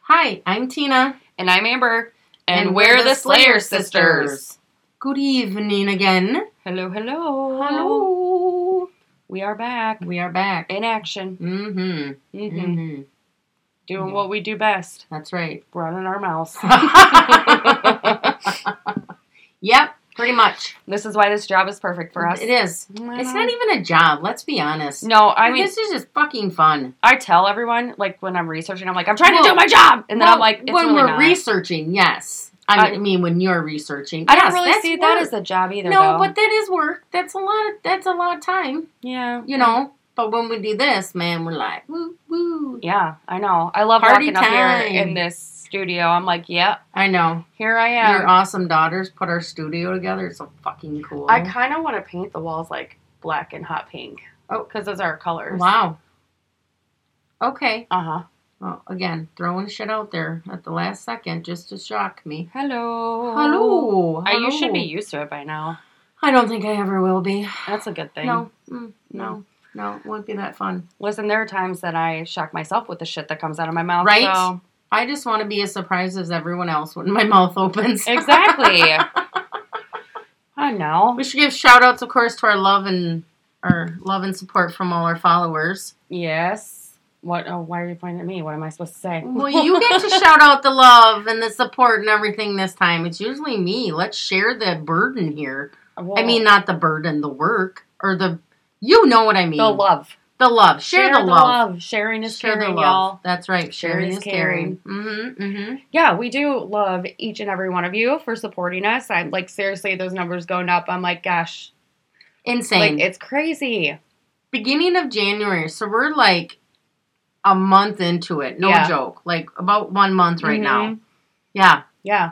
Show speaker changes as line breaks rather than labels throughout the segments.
Hi, I'm Tina.
And I'm Amber. And, we're, the Slayer sisters.
Good evening again.
Hello, hello.
Hello.
We are back
We are back.
in action.
Mm-hmm.
Mhm.
Mm-hmm.
Doing
Yeah.
what we do best
That's right.
running our mouths.
Yep, pretty much.
this is why this job is perfect for us.
It is. It's not even a job, let's be honest.
No, I mean,
this is just fucking fun.
I tell everyone, like, when I'm researching, I'm like, I'm trying to
Well-
do my job. And then
Well,
I'm like, it's
when
really
we're
not.
researching, yes. I mean,
I-
I mean, when you're researching,
I
yes,
don't really
that's
see that
work.
as a job either,
no,
though.
but that is work. That's a lot. Of, that's a lot of time.
yeah.
You know. But when we do this, man, we're like woo woo.
Yeah, I know. I love
Party
walking up
time.
here in this studio. I'm like, yeah,
I know.
here I
Your
am.
awesome daughters put our studio together. It's so fucking cool.
I kind of want to paint the walls like black and hot pink.
Oh.
because those are our colors.
wow. Okay.
Uh huh.
Well, again, throwing shit out there at the last second just to shock me.
Hello.
Hello.
I,
hello.
Uh, you should be used to it by now.
I don't think I ever will be.
That's a good thing.
No. Mm, no. No. It won't be that fun.
Listen, there are times that I shock myself with the shit that comes out of my mouth.
Right?
so-
I just want to be as surprised as everyone else when my mouth opens.
Exactly. I know.
We should give shout outs, of course, to our love and our love and support from all our followers.
Yes. What? Oh, why are you pointing at me? What am I supposed to say?
Well, you get to shout out the love and the support and everything this time. It's usually me. Let's share the burden here.
Well,
I mean, not the burden, the work or the. You know what I mean.
the love.
The love. Share, the, love.
Sharing is
Share the
caring,
love.
y'all.
That's right. Sharing
is
is caring. Mm-hmm. Mm-hmm.
Yeah, we do love each and every one of you for supporting us. I'm like, seriously, those numbers going up. I'm like, gosh,
Insane.
like it's crazy.
beginning of January. So we're like a month into it. No
Yeah.
joke. Like about one month right now.
Mhm.
Yeah.
Yeah,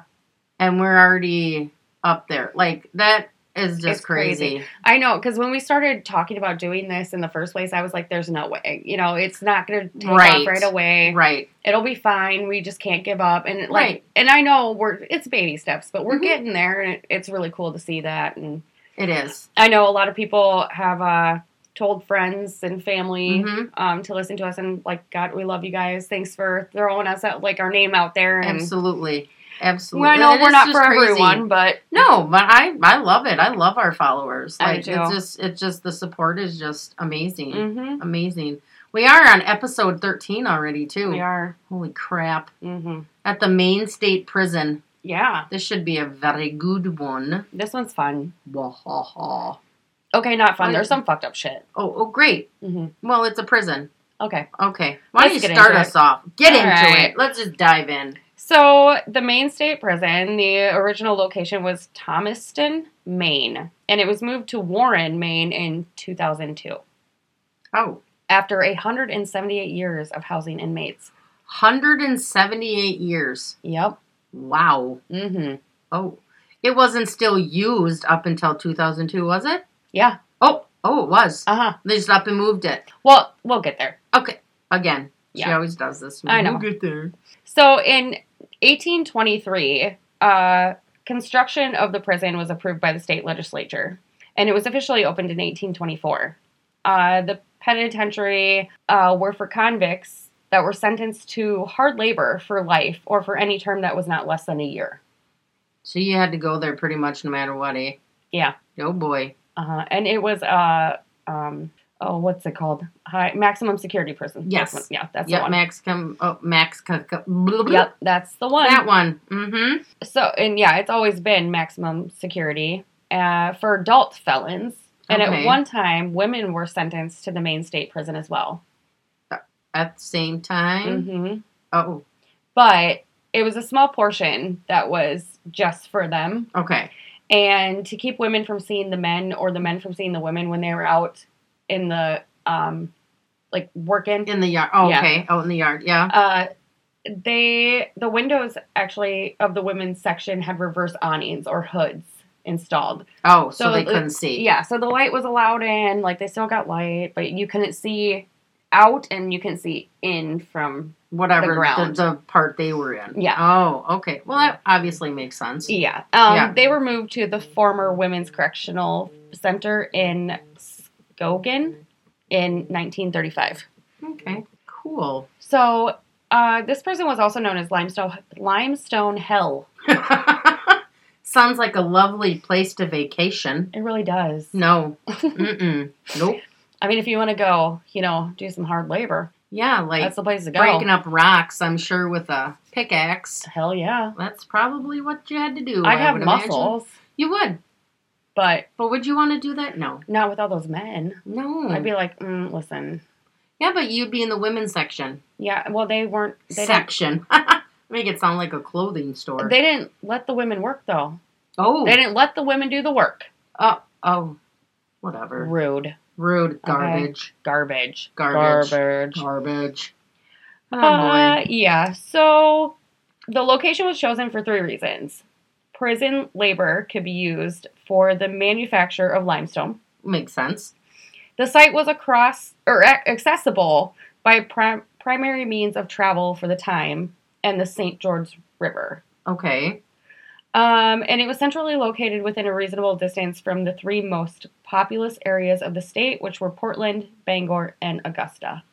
And we're already up there. Like that is just
It's crazy.
crazy.
I know. Because when we started talking about doing this in the first place, I was like, there's no way. You know, it's not going to take
Right.
off right away.
Right.
It'll be fine. We just can't give up. And like,
Right.
and I know we're it's baby steps, but we're
Mhm.
getting there, and it- it's really cool to see that. And
It is.
I know a lot of people have uh, told friends and family.
Mhm.
um, to listen to us and like God, we love you guys. Thanks for throwing us out, like our name out there. And
Absolutely. Absolutely.
well, I know
It
we're
is
not
just
for
crazy.
everyone, but
No, but I I love it. I love our followers.
I
Like
do
it's
too.
just it's just the support is just amazing.
hmm
Amazing. We are on episode 13 already too.
Mm-hmm. we are.
Holy crap.
hmm
At the main state prison.
Yeah,
This should be a very good one.
this one's fun.
Wah, ha, ha.
Okay, not fun.
Fun.
There's some fucked up shit.
Oh, oh, great.
hmm
Well, it's a prison.
Okay,
Okay. Why
Let's
don't
get
you start
into
us off? Get
All
into
right.
it. Let's just dive in.
so the Maine State Prison, the original location was Thomaston, Maine, and it was moved to Warren, Maine, in 2002
Oh,
after 178 years of housing inmates.
178 years.
Yep.
Wow.
hmm
Oh. It wasn't still used up until 2002, was it?
Yeah.
Oh, oh, it was.
Uh huh.
They just up and moved it.
Well, we'll get there.
Okay. Again. She
Yeah.
always does this.
I know.
We'll get there.
So in 1823, uh, construction of the prison was approved by the state legislature, and it was officially opened in 1824. Uh, the penitentiary uh, were for convicts that were sentenced to hard labor for life or for any term that was not less than a year.
So you had to go there pretty much no matter what, eh?
Yeah.
Oh, boy.
Uh, and it was, uh, um, oh, what's it called? High, maximum security prison.
Yes.
That's one- Yeah, that's the
Yep,
one.
Max come. Oh, Max. Come, come,
Yep, that's the one.
That one. Mm-hmm.
So, and yeah, it's always been maximum security uh, for adult felons. And
Okay.
at one time, women were sentenced to the main state prison as well.
At the same time.
hmm
Oh,
But it was a small portion that was just for them.
okay.
And to keep women from seeing the men or the men from seeing the women when they were out in the, um, like, working.
In the yard. Oh,
Yeah.
okay. Out in the yard. Yeah.
Uh, they the windows actually of the women's section had reverse awnings or hoods installed
Oh, so,
So
they
it-
couldn't see.
Yeah, so the light was allowed in, like they still got light, but you couldn't see out and you couldn't see in from
Whatever
The
the,
ground.
the, part they were in.
Yeah.
Oh, okay. Well, that obviously makes sense.
yeah. Um
Yeah.
they were moved to the former women's correctional center in Skogan in 1935.
Okay. Cool.
So Uh, this prison was also known as Limestone Limestone Hell.
Sounds like a lovely place to vacation.
It really does.
No. Mm-mm. Nope.
I mean, if you want to go, you know, do some hard labor,
Yeah, like
that's the place to go.
breaking up rocks, I'm sure, with a pickaxe.
Hell yeah.
That's probably what you had to do. I
I'd have
would imagine.
muscles,
You would.
but
But would you want to do that? No.
not with all those men.
No.
I'd be like, mm, listen,
yeah, but you'd be in the women's section.
yeah. Well, they weren't. They didn't,
section. Make it sound like a clothing store.
they didn't let the women work though.
oh.
They didn't let the women do the work.
oh. Oh. Whatever.
Rude,
Rude. Garbage.
garbage,
Garbage.
garbage.
Garbage. Oh,
Uh,
boy.
yeah. So the location was chosen for three reasons. Prison labor could be used for the manufacture of limestone.
Makes sense.
The site was across or ac- accessible by prim- primary means of travel for the time and the St. George River.
Okay.
Um, and it was centrally located within a reasonable distance from the three most populous areas of the state, which were Portland, Bangor, and Augusta.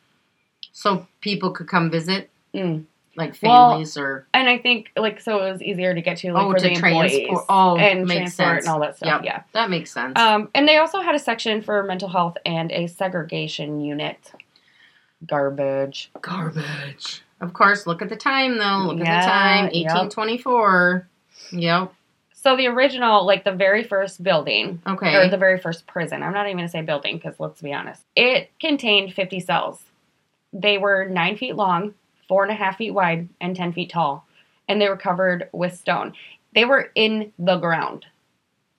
So people could come visit,
Mm.
like
Well,
families or.
And I think like so it was easier to get to like
Oh,
for
to
the employees
transport- oh,
and
makes
transport
sense.
and all that stuff.
Yep.
Yeah.
That makes sense.
Um, and they also had a section for mental health and a segregation unit. Garbage.
Garbage. Of course, look at the time though. Look
Yeah,
at the time.
yep.
1824. Yep.
So the original, like the very first building
Okay.
or the very first prison. I'm not even gonna say building because let's be honest, it contained 50 cells. They were nine feet long, four and a half feet wide, and 10 feet tall, and they were covered with stone. They were in the ground,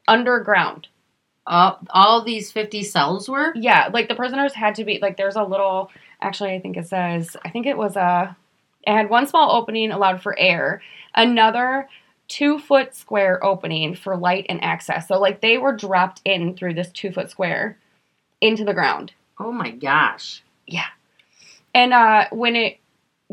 underground.
all, all these 50 cells were?
Yeah, like the prisoners had to be like there's a little actually I think it says I think it was a it had one small opening allowed for air, another two foot square opening for light and access. So like they were dropped in through this two foot square into the ground.
Oh my gosh.
And uh when it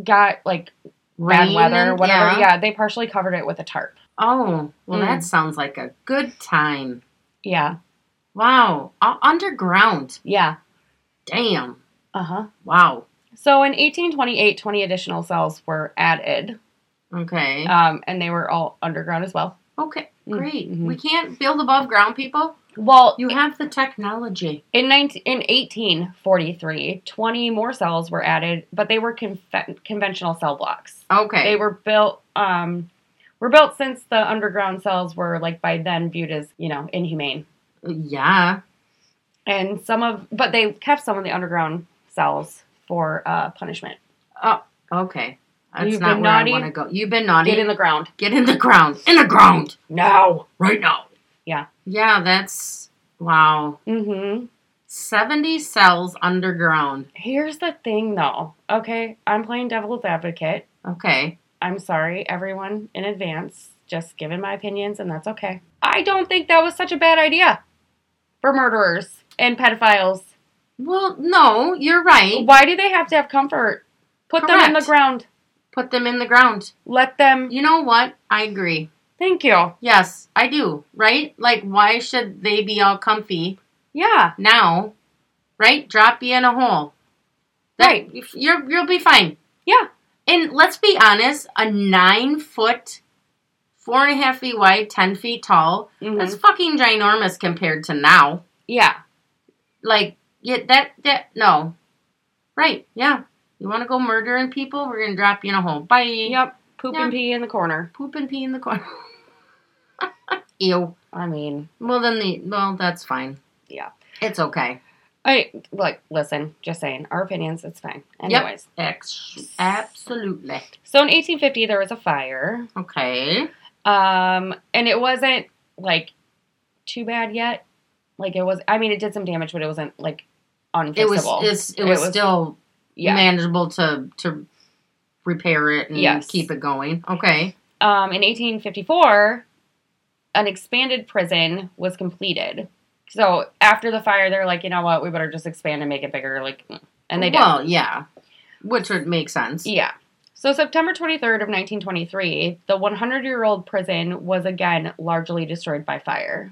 got like bad
Rain
weather,
and-
whatever,
yeah.
yeah. they partially covered it with a tarp.
Oh, well,
Mm.
that sounds like a good time.
Yeah.
Wow. Uh, underground.
Yeah.
Damn.
Uh-huh.
Wow.
So in 1828, 20 additional cells were added,
Okay.
um, and they were all underground as well.
okay.
Mm,
Great.
mhm.
We can't build above ground, people.
Well,
You have the technology.
In, 19, in 1843, 20 more cells were added, but they were confe- conventional cell blocks.
Okay.
They were built um, were built since the underground cells were like by then viewed as you know inhumane,
yeah.
and some of but they kept some of the underground cells for uh, punishment.
Okay. That's
You've
not
been
where
naughty.
I want to go. You've been naughty.
Get in the ground.
Get in the ground. In the ground.
No.
right now.
Yeah.
Yeah, that's wow.
Mm-hmm.
70 cells underground.
Here's the thing, though. Okay, I'm playing devil's advocate.
Okay.
I'm sorry, everyone, in advance. Just giving my opinions, and that's okay. I don't think that was such a bad idea for murderers and pedophiles.
Well, no, you're right.
Why do they have to have comfort? Put them in the
Correct.
ground.
Put them in the ground.
Let them.
You know what? I agree.
Thank you.
Yes, I do. Right? Like why should they be all comfy
Yeah.
now? Right? Drop you in a hole. That-
Right.
You're you'll be fine.
Yeah.
And let's be honest, a nine foot, four and a half feet wide, ten feet tall,
Mhm.
that's fucking ginormous compared to now.
Yeah.
like yeah that that no right yeah you want to go murdering people we're gonna drop you in a hole bye
Yep. Poop
Yeah.
and pee in the corner.
poop and pee in the corner ew
I mean,
well then the well that's fine
Yeah.
it's okay
I like listen. Just saying, our opinions. It's fine.
Yep.
Anyways.
Ex- absolutely
So in 1850, there was a fire,
okay
um, and it wasn't like too bad yet. Like it was. I mean, it did some damage, but it wasn't like unfixable.
it was it's, it, was
was-
still
yeah.
manageable to to repair it and
Yes.
keep it going okay
Um, in 1854, an expanded prison was completed. So after the fire, they're like, you know what? We better just expand and make it bigger. Like, mm. and they did.
well yeah which would make sense
Yeah. So September 23rd of 1923, the 100-year-old prison was again largely destroyed by fire.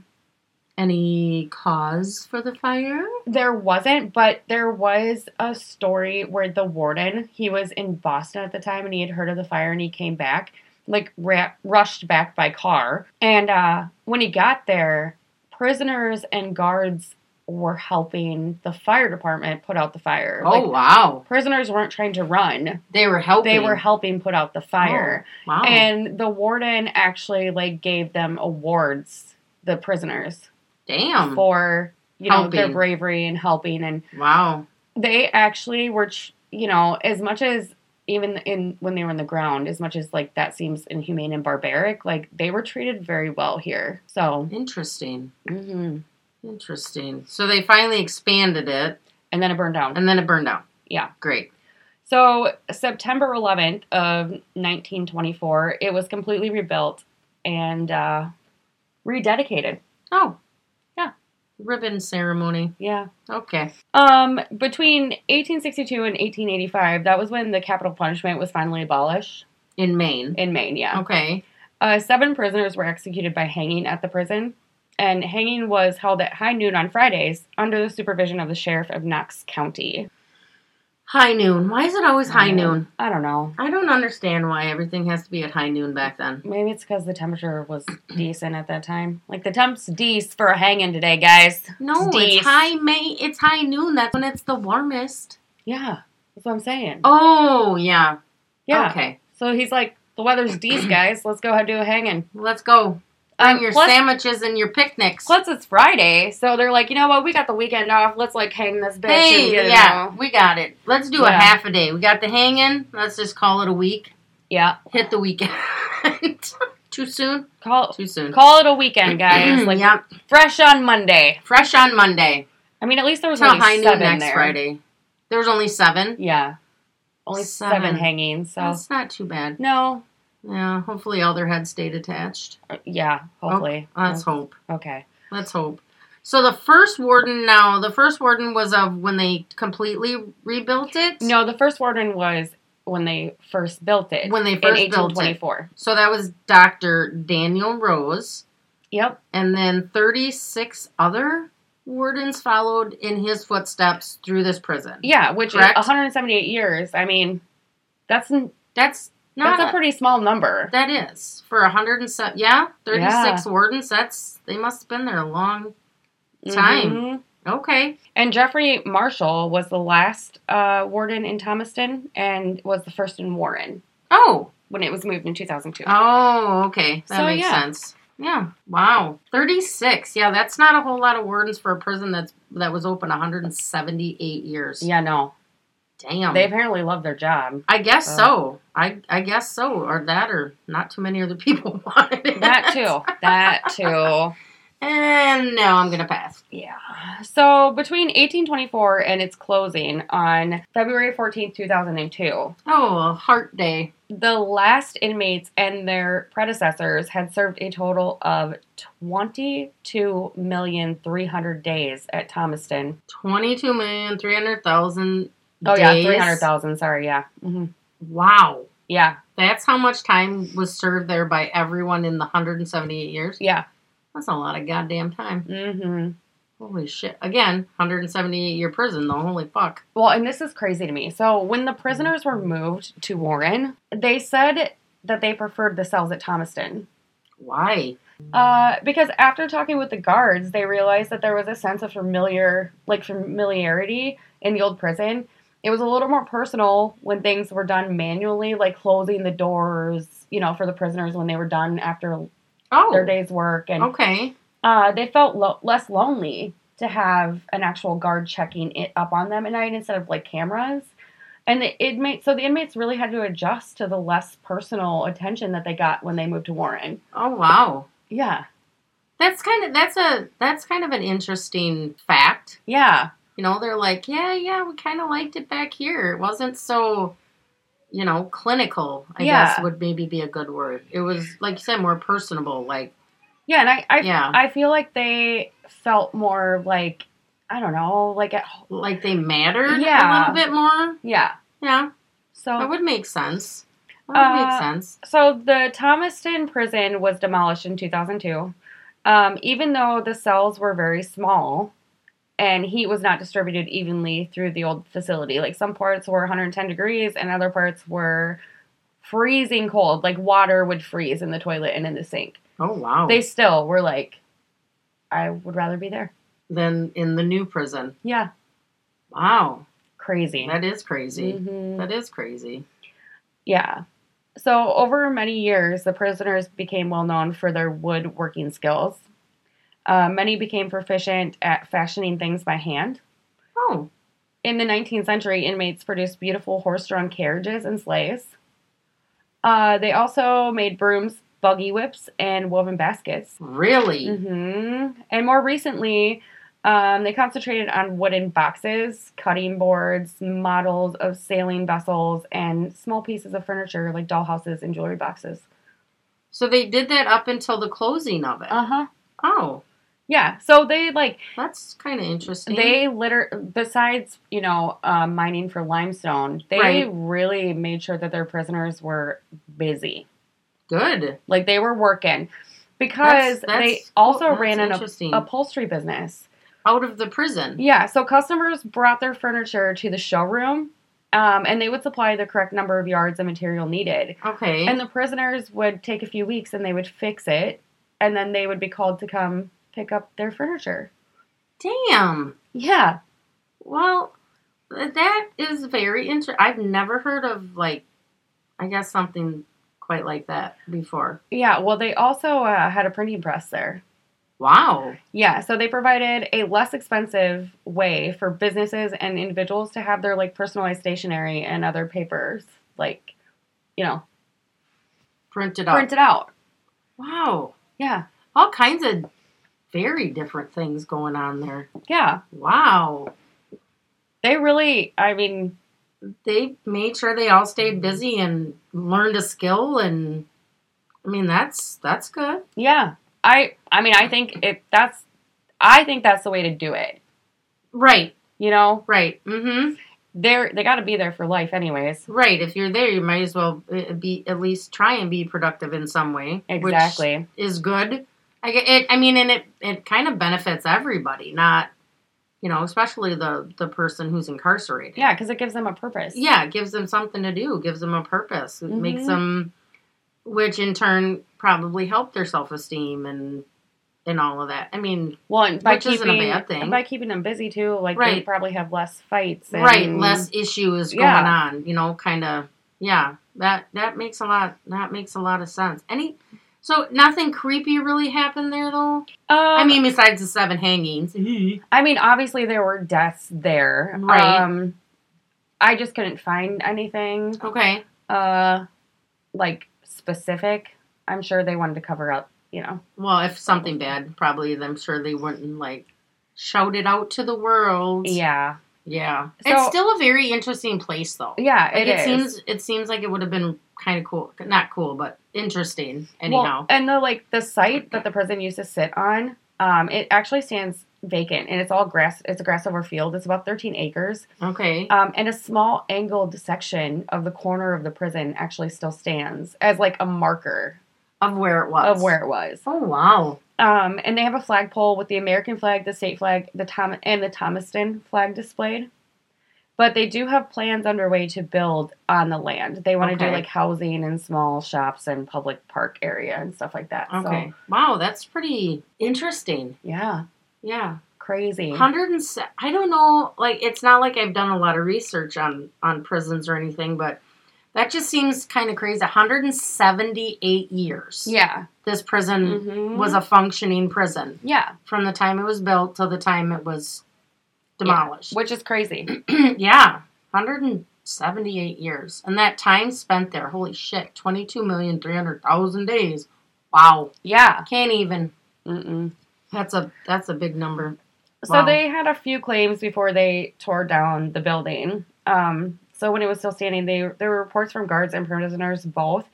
Any cause for the fire?
There wasn't, but there was a story where the warden, he was in Boston at the time and he had heard of the fire and he came back, like ra- rushed back by car. And uh, when he got there, prisoners and guards were helping the fire department put out the fire.
Oh
Like,
wow,
prisoners weren't trying to run,
they were helping. Oh,
they were helping put out the fire.
wow.
And the warden actually like gave them awards, the prisoners
Damn.
for you know their
Helping.
bravery and helping and
Wow.
they actually were tr- you know as much as even in when they were on the ground as much as like that seems inhumane and barbaric like they were treated very well here so
Interesting.
mhm.
Interesting. So they finally expanded it,
and then it burned down
and then it burned down.
Yeah.
Great.
so september 11th of 1924 it was completely rebuilt and uh rededicated
Oh.
Yeah.
Ribbon ceremony.
yeah
Okay.
um between 1862 and 1885 that was when the capital punishment was finally abolished
In Maine.
in maine yeah
Okay.
Uh, seven prisoners were executed by hanging at the prison, and hanging was held at high noon on Fridays under the supervision of the sheriff of Knox County.
High noon. Why is it always high
Um,
noon?
I don't know.
I don't understand why everything has to be at high noon back then.
Maybe it's because the temperature was decent at that time. Like the temp's decent for a hanging today, guys.
No,
Deez.
it's high May. It's high noon. That's when it's the warmest.
Yeah, that's what I'm saying.
Oh yeah.
yeah.
Okay.
So he's like, the weather's decent, guys. Let's go ahead and do a hanging.
Let's go.
Um,
Bring your
plus-
sandwiches and your picnics.
Plus, it's Friday, so they're like, you know what? We got the weekend off. Let's like hang this bitch. and,
Hey,
you
yeah,
know.
we got it. Let's do a
Yeah.
half a day. We got the hanging. Let's just call it a week.
yeah.
Hit the weekend. Too soon.
Call
Too soon. Mm,
call it a weekend, guys. Like
yep.
fresh on Monday.
Fresh on Monday.
I mean, at least there was
Till
only
high noon
seven
next
there.
Friday. There was only seven.
Yeah, only seven,
Seven.
hangings. So
That's not too bad.
no,
Yeah. Hopefully, all their heads stayed attached.
Uh, yeah, hopefully.
Let's hope.
Okay.
Let's hope. So the first warden now, the first warden was of when they completely rebuilt it.
No, the first warden was when they first built it
When they
in
first built it.
1824.
So that was Dr. Daniel Rose.
Yep.
And then 36 other wardens followed in his footsteps through this prison.
Yeah, which
Correct.
is 178 years. I mean, that's n-
That's not.
that's a pretty small number.
that is. For 107. Yeah, 36 wardens. That's. They must have been there a long. time.
Mhm.
Okay.
And Jeffrey Marshall was the last uh, warden in Thomaston and was the first in Warren
Oh.
when it was moved in 2002.
Oh, okay. That
So,
makes
yeah.
sense. Yeah. Wow. 36. Yeah, that's not a whole lot of wardens for a prison that's that was open 178 years.
yeah, no.
Damn.
They apparently love their job.
I guess
So-
so. I I guess so, or that, or not too many other people wanted it.
That too. That too.
And no, I'm gonna pass.
Yeah. So between 1824 and its closing on February 14, 2002,
Oh, a heart day.
the last inmates and their predecessors had served a total of 22,300,000 days at Thomaston.
Twenty-two million three hundred thousand.
Oh yeah, 300,000, sorry, yeah. hmm
Wow,
Yeah,
that's how much time was served there by everyone in the 178 years.
yeah.
That's a lot of goddamn time.
hmm
Holy shit! Again, 178 year prison though. Holy fuck.
Well, and this is crazy to me. So when the prisoners were moved to Warren, they said that they preferred the cells at Thomaston.
Why?
Uh, because after talking with the guards, they realized that there was a sense of familiar, like familiarity in the old prison. It was a little more personal when things were done manually, like closing the doors, you know, for the prisoners when they were done after their
Oh,
day's work, and
okay.
uh, they felt lo- less lonely to have an actual guard checking it up on them at night instead of like cameras. And the inmates, so the inmates really had to adjust to the less personal attention that they got when they moved to Warren.
Oh wow.
Yeah,
That's kind of that's a that's kind of an interesting fact.
yeah.
You know, they're like, yeah, yeah, we kind of liked it back here. It wasn't so, you know, clinical. I
Yeah.
guess would maybe be a good word. It was like you said, more personable. Like,
Yeah, and I, I,
Yeah.
I feel like they felt more like I don't know, like at ho-
like they mattered a
Yeah.
little bit more.
yeah.
Yeah, that
So
would make sense. That would
Uh,
make sense.
so the Thomaston prison was demolished in 2002, Um, even though the cells were very small and heat was not distributed evenly through the old facility, like some parts were 110 degrees and other parts were freezing cold, like water would freeze in the toilet and in the sink.
Oh wow.
They still were like, I would rather be there.
Then in the new prison.
Yeah,
Wow.
crazy.
That is crazy.
Mhm.
That is crazy.
Yeah. So, over many years, the prisoners became well known for their woodworking skills. Uh, many became proficient at fashioning things by hand.
Oh.
In the 19th century, inmates produced beautiful horse drawn carriages and sleighs. Uh, they also made brooms, buggy whips, and woven baskets.
Really?
hmm And more recently, um, they concentrated on wooden boxes, cutting boards, models of sailing vessels, and small pieces of furniture like dollhouses and jewelry boxes.
So they did that up until the closing of it.
huh.
oh,
Yeah. So they like
that's kind of interesting.
they liter besides you know uh, mining for limestone, they
Right.
really made sure that their prisoners were busy,
good.
like they were working, because they
that's
also
cool. That's
ran an up-
interesting.
upholstery business.
out of the prison.
Yeah, so customers brought their furniture to the showroom, um, and they would supply the correct number of yards of material needed.
Okay.
And the prisoners would take a few weeks and they would fix it, and then they would be called to come pick up their furniture.
Damn.
Yeah.
Well, th- that is very interesting. I've never heard of like, I guess something quite like that before.
Yeah, well, they also uh, had a printing press there.
Wow.
Yeah, so they provided a less expensive way for businesses and individuals to have their like personalized stationery and other papers, like, you know,
Printed up.
printed out.
Wow.
Yeah,
All kinds of very different things going on there.
yeah.
Wow.
They really, I mean,
They made sure they all stayed busy and learned a skill and I mean that's that's good.
Yeah. I I mean I think if that's I think that's the way to do it.
Right,
You know?
right. Mhm.
They're they gotta be there for life anyways.
Right. If you're there, you might as well uh, be at least try and be productive in some way.
Exactly.
Which is good. I get it. I mean, and it it kind of benefits everybody, not you know, especially the the person who's incarcerated.
yeah, because it gives them a purpose.
Yeah, it gives them something to do, gives them a purpose, It makes
Mhm.
them, which in turn probably help their self esteem and and all of that. I mean,
Well and by
Which isn't
keeping
a bad thing.
and by keeping them busy too, like they
Right.
probably have less fights and
right, less issues going
Yeah.
on, you know, kind of yeah. That that makes a lot that makes a lot of sense. Any so nothing creepy really happened there though.
Um,
I mean besides the seven hangings.
I mean obviously there were deaths there.
Right.
Um I just couldn't find anything
okay.
uh like specific. I'm sure they wanted to cover up, you know.
Well, if something bad, probably I'm sure they wouldn't like shout it out to the world.
Yeah.
Yeah.
So-
it's still a very interesting place though.
Yeah,
Like,
it is.
seems it seems like it would have been kind of cool, not cool, but interesting anyhow.
Well, and the like the site that the prison used to sit on, um, it actually stands vacant and it's all grass. It's a grass over field. It's about 13 acres.
okay.
Um, and a small angled section of the corner of the prison actually still stands as like a marker
of where it was.
of where it was.
Oh wow.
Um, and they have a flagpole with the American flag, the state flag, the Tom and the Thomaston flag displayed. But they do have plans underway to build on the land. They want to do
Okay.
like housing and small shops and public park area and stuff like that.
Okay.
So,
Wow, that's pretty interesting.
yeah.
Yeah.
crazy.
107 I don't know, like it's not like I've done a lot of research on on prisons or anything, but that just seems kind of crazy. 178 years.
Yeah.
This prison
Mhm.
Mm-hmm. was a functioning prison
yeah,
from the time it was built till the time it was demolished.
which is crazy.
yeah. 178 years. And that time spent there, holy shit, 22,300,000 days. Wow.
yeah.
Can't even.
Mm-mm.
That's a that's a big number.
So
Wow.
they had a few claims before they tore down the building. Um, so when it was still standing, they there were reports from guards and prisoners both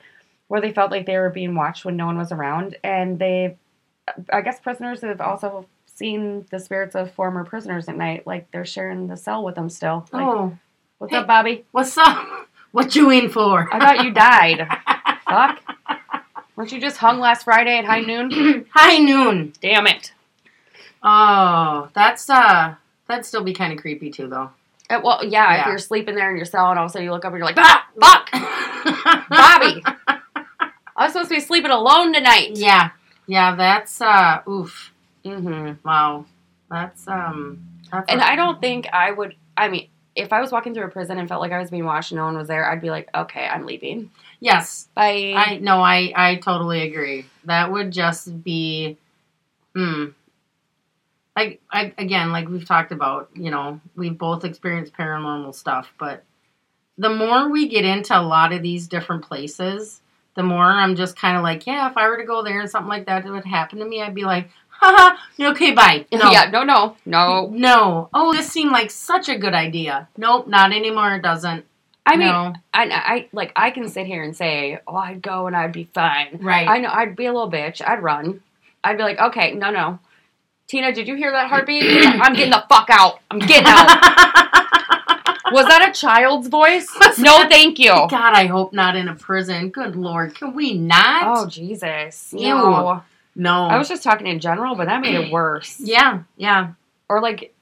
where they felt like they were being watched when no one was around, and they, I guess, prisoners have also seen the spirits of former prisoners at night, like they're sharing the cell with them still. Like,
oh,
what's
Hey.
up, Bobby?
what's up? What you in for?
I thought you died. Fuck. Weren't you just hung last Friday at high noon?
High noon.
Damn it.
Oh, that's uh, that'd still be kind of creepy too, though.
Uh, well, yeah, if
Yeah.
you're sleeping there in your cell and all of a sudden you look up and you're like, ah, fuck, Bobby. I was supposed to be sleeping alone tonight.
yeah, yeah, that's uh, oof,
Mm-hmm.
wow, that's um, that's
And
a-
I don't think I would, I mean, if I was walking through a prison and felt like I was being watched and no one was there, I'd be like, okay, I'm leaving.
yes,
Bye.
I no, I I totally agree. That would just be, hmm. Like I, again, like we've talked about, you know, we've both experienced paranormal stuff, but the more we get into a lot of these different places, the more I'm just kind of like, yeah, if I were to go there and something like that would happen to me, I'd be like, haha, okay, bye. No,
Yeah, no, no, no.
no. Oh, this seemed like such a good idea. Nope, not anymore. It doesn't.
I mean,
no.
I, I like I can sit here and say, oh, I'd go and I'd be fine.
right.
I know I'd be a little bitch. I'd run. I'd be like, okay, no, no. Tina, did you hear that heartbeat? I'm getting the fuck out. I'm getting out. Was that a child's voice?
Was
No,
that-
thank you.
God, I hope not in a prison. Good lord, can we not?
Oh Jesus.
Ew.
No.
no.
I was just talking in general, but that made it worse.
yeah, yeah.
Or like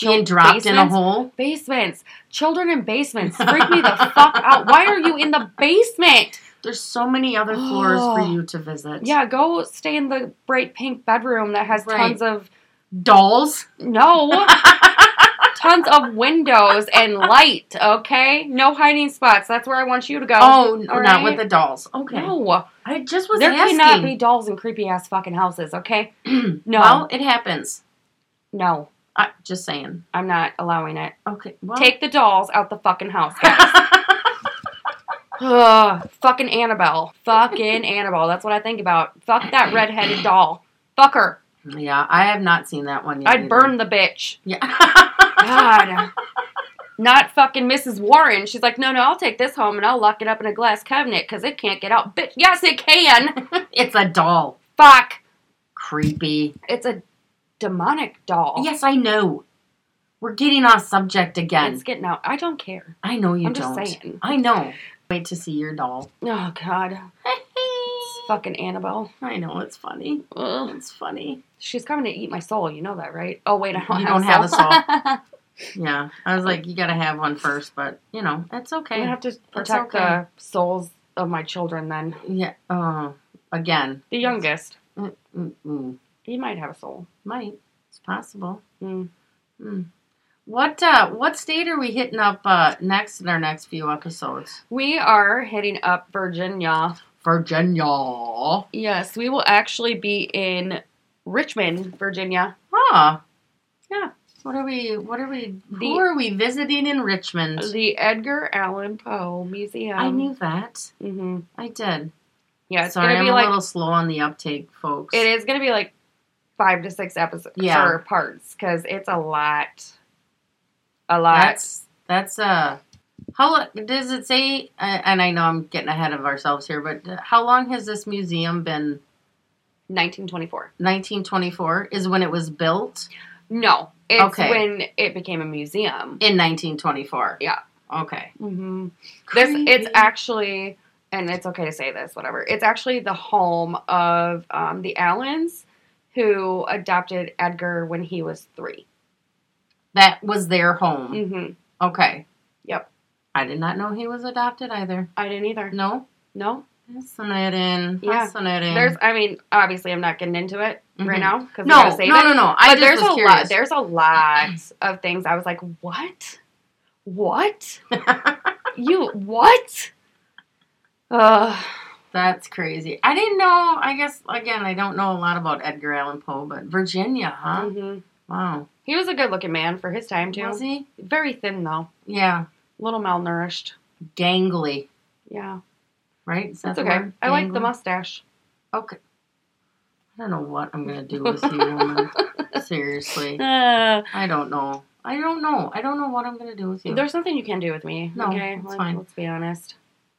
Being
chil-
dropped in a
basements.
hole.
Basements. Children in basements. Freak me the fuck out. Why are you in the basement?
There's so many other floors for
Oh.
you to visit.
Yeah, go stay in the bright pink bedroom that has
Right.
tons of
dolls.
No. Tons of windows and light, okay? No hiding spots. That's where I want you to go.
Oh, no,
All
not
right.
with the dolls. Okay,
No.
I just was
There
asking.
cannot be dolls in creepy ass fucking houses, okay? No.
Well, it happens.
no.
I, just saying.
I'm not allowing it.
Okay, well.
Take the dolls out the fucking house, guys. Ugh, fucking Annabelle. Fucking Annabelle. That's what I think about. Fuck that redheaded doll. Fuck her.
yeah, I have not seen that one yet.
I'd
either.
burn the bitch.
Yeah.
God. Not fucking Mrs. Warren. She's like, no, no, I'll take this home and I'll lock it up in a glass cabinet because it can't get out. Bitch, yes, it can.
it's a doll.
Fuck.
Creepy.
It's a demonic doll.
Yes, I know. We're getting off subject again.
It's getting out. I don't care.
I know you
I'm just
don't.
saying.
I know. Wait to see your doll.
Oh, God. It's fucking Annabelle.
I know it's funny.
Ugh.
It's funny.
She's coming to eat my soul. You know that, right? Oh, wait, I don't,
You
have,
don't
a
have
soul.
a Yeah, I was like, you gotta have one first, but you know, it's
I'm
okay.
going to have to protect
okay.
the souls of my children then.
yeah. Oh, again.
The youngest.
Mm-mm.
He might have a soul.
Might. It's possible.
Mm.
Mm. What uh, what state are we hitting up uh, next in our next few episodes?
We are heading up Virginia.
Virginia. Huh.
Yes, we will actually be in Richmond, Virginia.
Yeah. What are we? What are we?
The-
who are we visiting in Richmond?
The Edgar Allan Poe Museum.
I knew that.
hmm
I did.
Yeah, it's
Sorry,
gonna be
I'm
like
a little slow on the uptake, folks.
it is gonna be like five to six episodes
Yeah.
or parts because it's a lot, a lot.
That's that's uh, how lo- does it say? Uh, and I know I'm getting ahead of ourselves here, but uh, how long has this museum been?
1924.
1924 is when it was built
No, it's
Okay.
when it became a museum.
in 1924.
Yeah.
Okay.
hmm This it's
Creepy.
actually, and it's okay to say this, whatever. It's actually the home of um, the Allens, who adopted Edgar when he was 3
that was their home.
Mm-hmm.
Okay.
Yep.
I did not know he was adopted either.
I didn't either.
No.
No,
Fascinating.
Yeah.
Fascinating.
there's. I mean, obviously, I'm not getting into it right
Mhm.
now because
no, no, no, no. I just
But there's
was
a lot.
curious.
There's a lot of things. I was like, what? What? you what? Ugh.
That's crazy. I didn't know. I guess again, I don't know a lot about Edgar Allan Poe, but Virginia, huh?
Mhm.
Wow.
He was a good-looking man for his time too.
Was he?
Very thin though,
Yeah,
little malnourished.
gangly,
Yeah,
right? Is that
that's
the
okay.
word?
I like the
Gangly?
mustache.
Okay. I don't know what I'm gonna do with you, woman. Seriously,
Uh,
I don't know. I don't know. I don't know what I'm gonna do with you.
there's nothing you can do with me.
No,
okay,
it's
Let-
fine.
Let's be honest.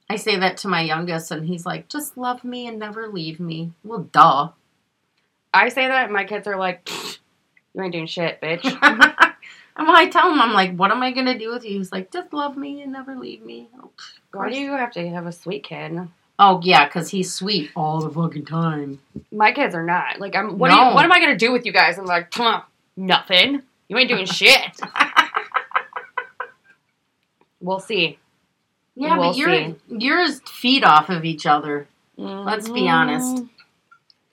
I say that to my youngest, and he's like, "Just love me and never leave me." Well, duh.
I say that, and my kids are like, "Pfft, "You ain't doing shit, bitch."
and when I tell him, I'm like, "What am I gonna do with you?" He's like, "Just love me and never leave me." Oh, pff, of
Why do
course.
you have to have a sweet kid?
Oh yeah, because he's sweet all the fucking time.
My kids are not. Like, I'm. What,
No.
are you, what am I going to do with you guys? I'm like, "Huh, nothing. You ain't doing shit. we'll see.
Yeah,
We'll
but you're
see.
yours feed off of each other. Let's be honest.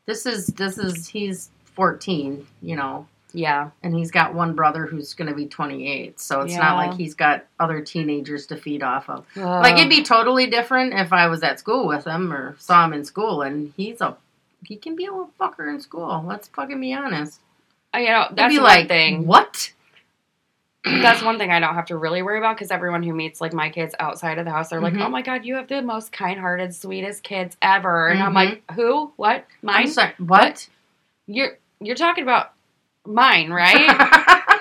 This is this is he's fourteen, you know,
Yeah.
and he's got one brother who's going to be twenty eight. So it's not
Yeah. Um.
like he's got other teenagers to feed off of. Like it'd be totally different if I was at school with him or saw him in school, and he's a he can be a little fucker in school. Let's fucking be honest.
Uh, You know, that's
He'd be
one
like,
thing.
What?
That's one thing I don't have to really worry about because everyone who meets like my kids outside of the house, they're like,
Mhm.
"Oh my god, you have the most kind-hearted, sweetest kids ever," and I'm
Mhm.
like, "Who? What?
I'm
Mine?
sorry. What?
You're you're talking about mine, right?
eh,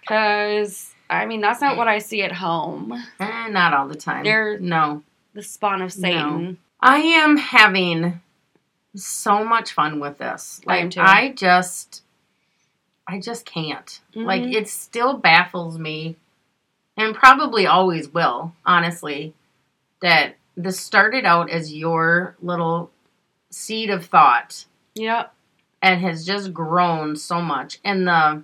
Because I mean, that's not what I see at home.
Eh, not all the time.
They're-
no.
The spawn of Satan.
I am having so much fun with this.
I
Like
am too.
I just I just can't. Like
Mhm.
it still baffles me and probably always will, honestly, that this started out as your little seed of thought
Yep.
and has just grown so much and the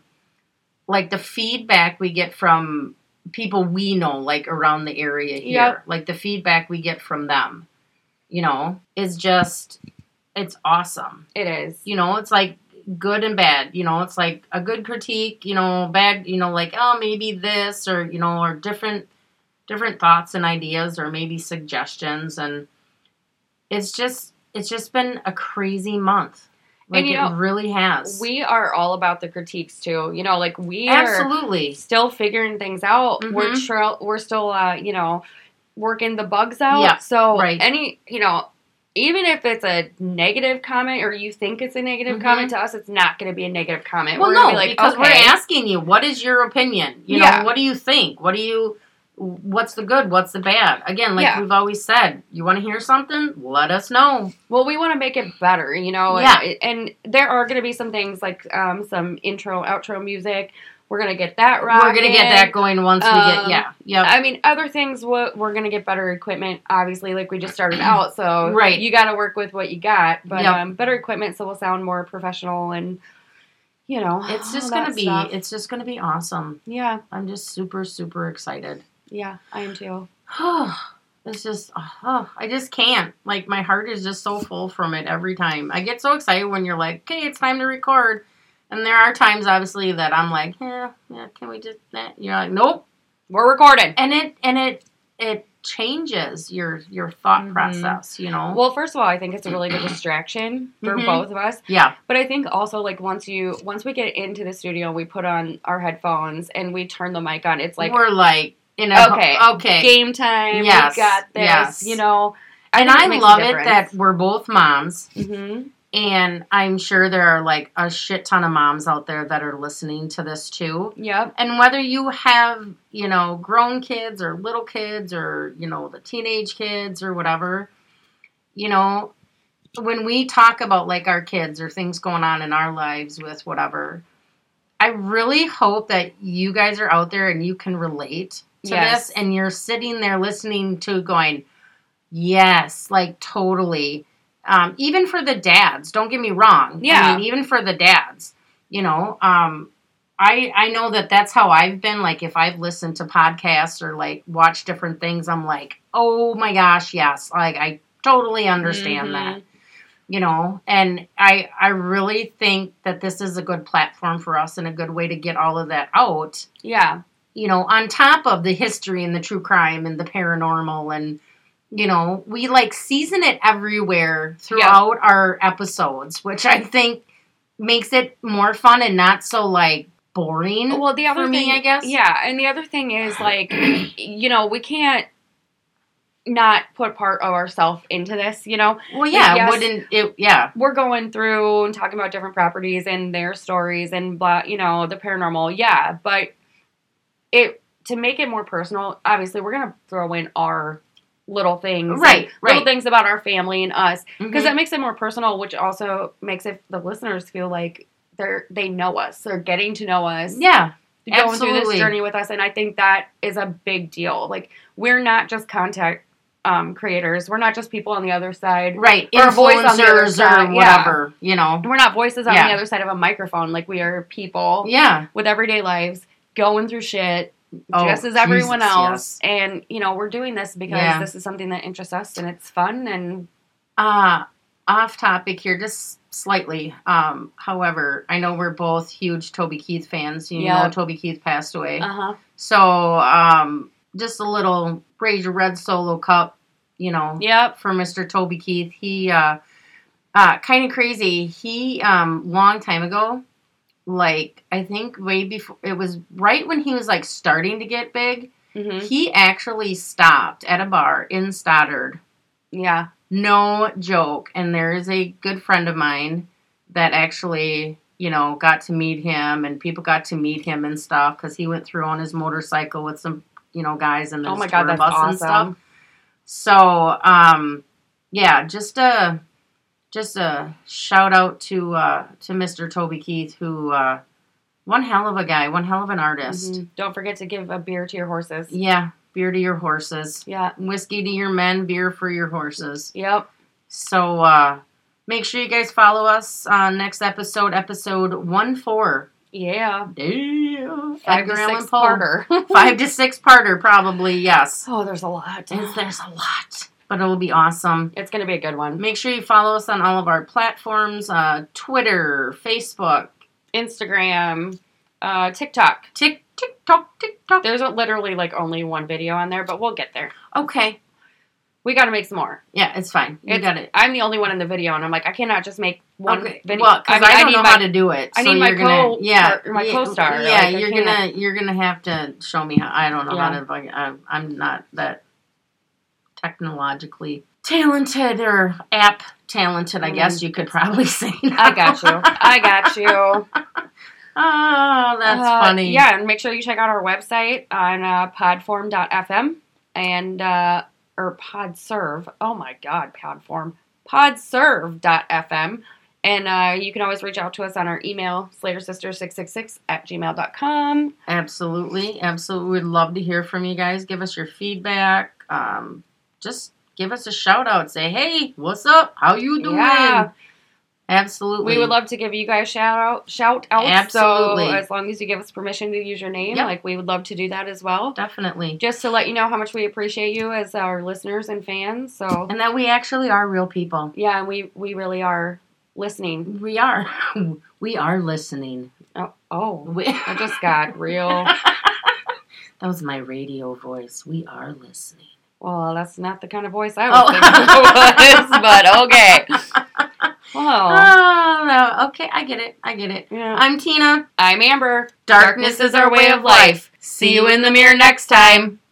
like the feedback we get from people we know like around the area here
Yep.
like the feedback we get from them you know is just it's awesome
It is.
you know it's like good and bad you know it's like a good critique you know bad you know like oh maybe this or you know or different different thoughts and ideas or maybe suggestions and it's just it's just been a crazy month like
And, you
it
know,
really has
We are all about the critiques too. You know, like we are
absolutely
still figuring things out. We're
Mhm.
tra- we're still uh, you know working the bugs out.
Yeah,
So
right.
any you know even if it's a negative comment or you think it's a negative
Mhm.
comment to us, it's not going to be a negative comment.
well
we're gonna
no
be like,
because we're
okay,
asking you what is your opinion you
Yeah.
know what do you think what do you what's the good what's the bad again like
Yeah.
we've always said you want to hear something let us know
well, we want to make it better, you know.
Yeah.
And, and there are going to be some things like um, some intro outro music. We're going to get that right.
we're gonna get that going once we get
Um,
yeah yep
I mean, other things. What we're gonna get better equipment, obviously. Like we just started out, so
Right.
You got to work with what you got, but
Yep.
um, better equipment, so we'll sound more professional and you know,
It's
all
just
that
gonna be
stuff.
it's just gonna be awesome.
yeah,
I'm just super super excited.
yeah. I am too.
it's just oh, I just can't. Like my heart is just so full from it every time. I get so excited when you're like, "Okay, it's time to record." And there are times obviously that I'm like, "Yeah, yeah, can we just eh?" You're like, "Nope."
We're recording.
And it and it it changes your your thought
Mhm.
process, you know.
Well, first of all, I think it's a really good distraction for
Mhm.
both of us.
yeah.
But I think also like once you once we get into the studio, we put on our headphones and we turn the mic on. It's like
we're like, you know,
Okay.
okay.
game time.
Yes,
we got this.
yes.
You know,
and I love it that we're both moms.
hmm
And I'm sure there are like a shit ton of moms out there that are listening to this too.
Yep.
And whether you have, you know, grown kids or little kids or, you know, the teenage kids or whatever, you know, when we talk about like our kids or things going on in our lives with whatever, I really hope that you guys are out there and you can relate to
Yes.
this and you're sitting there listening to going, yes, like totally. Um, even for the dads, don't get me wrong.
Yeah.
I mean, even for the dads, you know, um, I I know that that's how I've been. Like if I've listened to podcasts or like watched different things, I'm like, oh my gosh, yes, like I totally understand
Mhm.
that you know and i i really think that this is a good platform for us and a good way to get all of that out
Yeah.
you know on top of the history and the true crime and the paranormal and you know we like season it everywhere throughout our episodes which i think makes it more fun and not so like boring
Well, the other
for me,
thing,
I guess.
Yeah, and the other thing is like, you know, we can't not put part of ourselves into this. You know,
well yeah
yes.
wouldn't it yeah
we're going through and talking about different properties and their stories and blah, you know, the paranormal. Yeah, but it to make it more personal. Obviously, we're gonna throw in our little things, and
Right,
Little
right.
things about our family and us because
Mhm.
that makes it more personal, which also makes it the listeners feel like they're they know us, they're getting to know us
yeah
going through
Absolutely.
this journey with us and i think that is a big deal like we're not just contact um, creators. We're not just people on the other side.
right?
Or a voice on the other
Influencers
side,
or
yeah.
whatever, you know.
We're not voices on
Yeah.
the other side of a microphone. Like we are people
Yeah.
with everyday lives going through shit
Oh,
just as everyone
Jesus,
else.
yes.
And you know, we're doing this because
Yeah.
this is something that interests us and it's fun and
Uh, off topic here, just slightly. Um, however, I know we're both huge Toby Keith fans. You
Yeah.
know, Toby Keith passed away.
uh-huh.
So, um, just a little raise your red solo cup, you know,
Yep.
for Mr. Toby Keith. He, uh, uh, kind of crazy. He, um, long time ago, like I think way before it was right when he was like starting to get big,
hmm
he actually stopped at a bar in Stoddard.
Yeah.
No joke. And there is a good friend of mine that actually, you know, got to meet him and people got to meet him and stuff because he went through on his motorcycle with some, you know, guys and
Oh
there's
my god, that's
bus
awesome.
and stuff. So, um, yeah, just a just a shout out to uh, to Mr. Toby Keith, who uh, one hell of a guy, one hell of an artist.
Mhm. Don't forget to give a beer to your horses.
Yeah, beer to your horses,
Yeah.
whiskey to your men, beer for your horses.
Yep.
So uh make sure you guys follow us on next episode, episode one four.
Yeah.
Damn.
Five to
Edgar Allan
six
Poe.
parter.
Five to six parter, probably, yes.
oh, there's a lot.
It's, there's a lot. But it'll be awesome.
It's gonna be a good one.
Make sure you follow us on all of our platforms, uh Twitter, Facebook,
Instagram, uh, TikTok.
Tik TikTok, TikTok.
There's literally like only one video on there, but we'll get there.
Okay.
We got to make some more.
Yeah, it's fine. You
It's-
got it.
I'm the only one in the video, and I'm like, I cannot just make one
Okay.
video.
Well, because I,
mean,
don't
need
know
my-
how to do it.
I need my
you're gonna,
co-
yeah,
or my
yeah,
co-star,
Yeah,
like, I
you're
can't-
gonna you're gonna have to show me how. I don't know
Yeah.
how to. fucking- I'm, I'm not that technologically talented or app talented. I guess you could probably say.
Mm-hmm. I got you. I got you.
oh, that's
Uh,
funny.
Yeah, and make sure you check out our website on uh, podform.fm and uh, or podserve. Oh my God, podform. Podserve.fm. And uh, you can always reach out to us on our email, slatersister666 at gmail.com.
Absolutely, absolutely. We'd love to hear from you guys. Give us your feedback. Um, just give us a shout out. Say, hey, what's up? How you doing?
Yeah.
Absolutely.
We would love to give you guys shout out, shout out.
Absolutely.
So as long as you give us permission to use your name,
Yep.
like we would love to do that as well.
definitely.
Just to let you know how much we appreciate you as our listeners and fans. So
And that we actually are real people.
yeah, and we we really are listening.
We are. We are listening.
Oh, oh
We-
I just got real.
that was my radio voice. We are listening.
Well, that's not the kind of voice I was
Oh.
thinking it was, but okay. Well,
Oh, no. okay. I get it. I get it.
yeah.
I'm Tina.
I'm Amber.
Darkness is our way of life. See you in the mirror next time.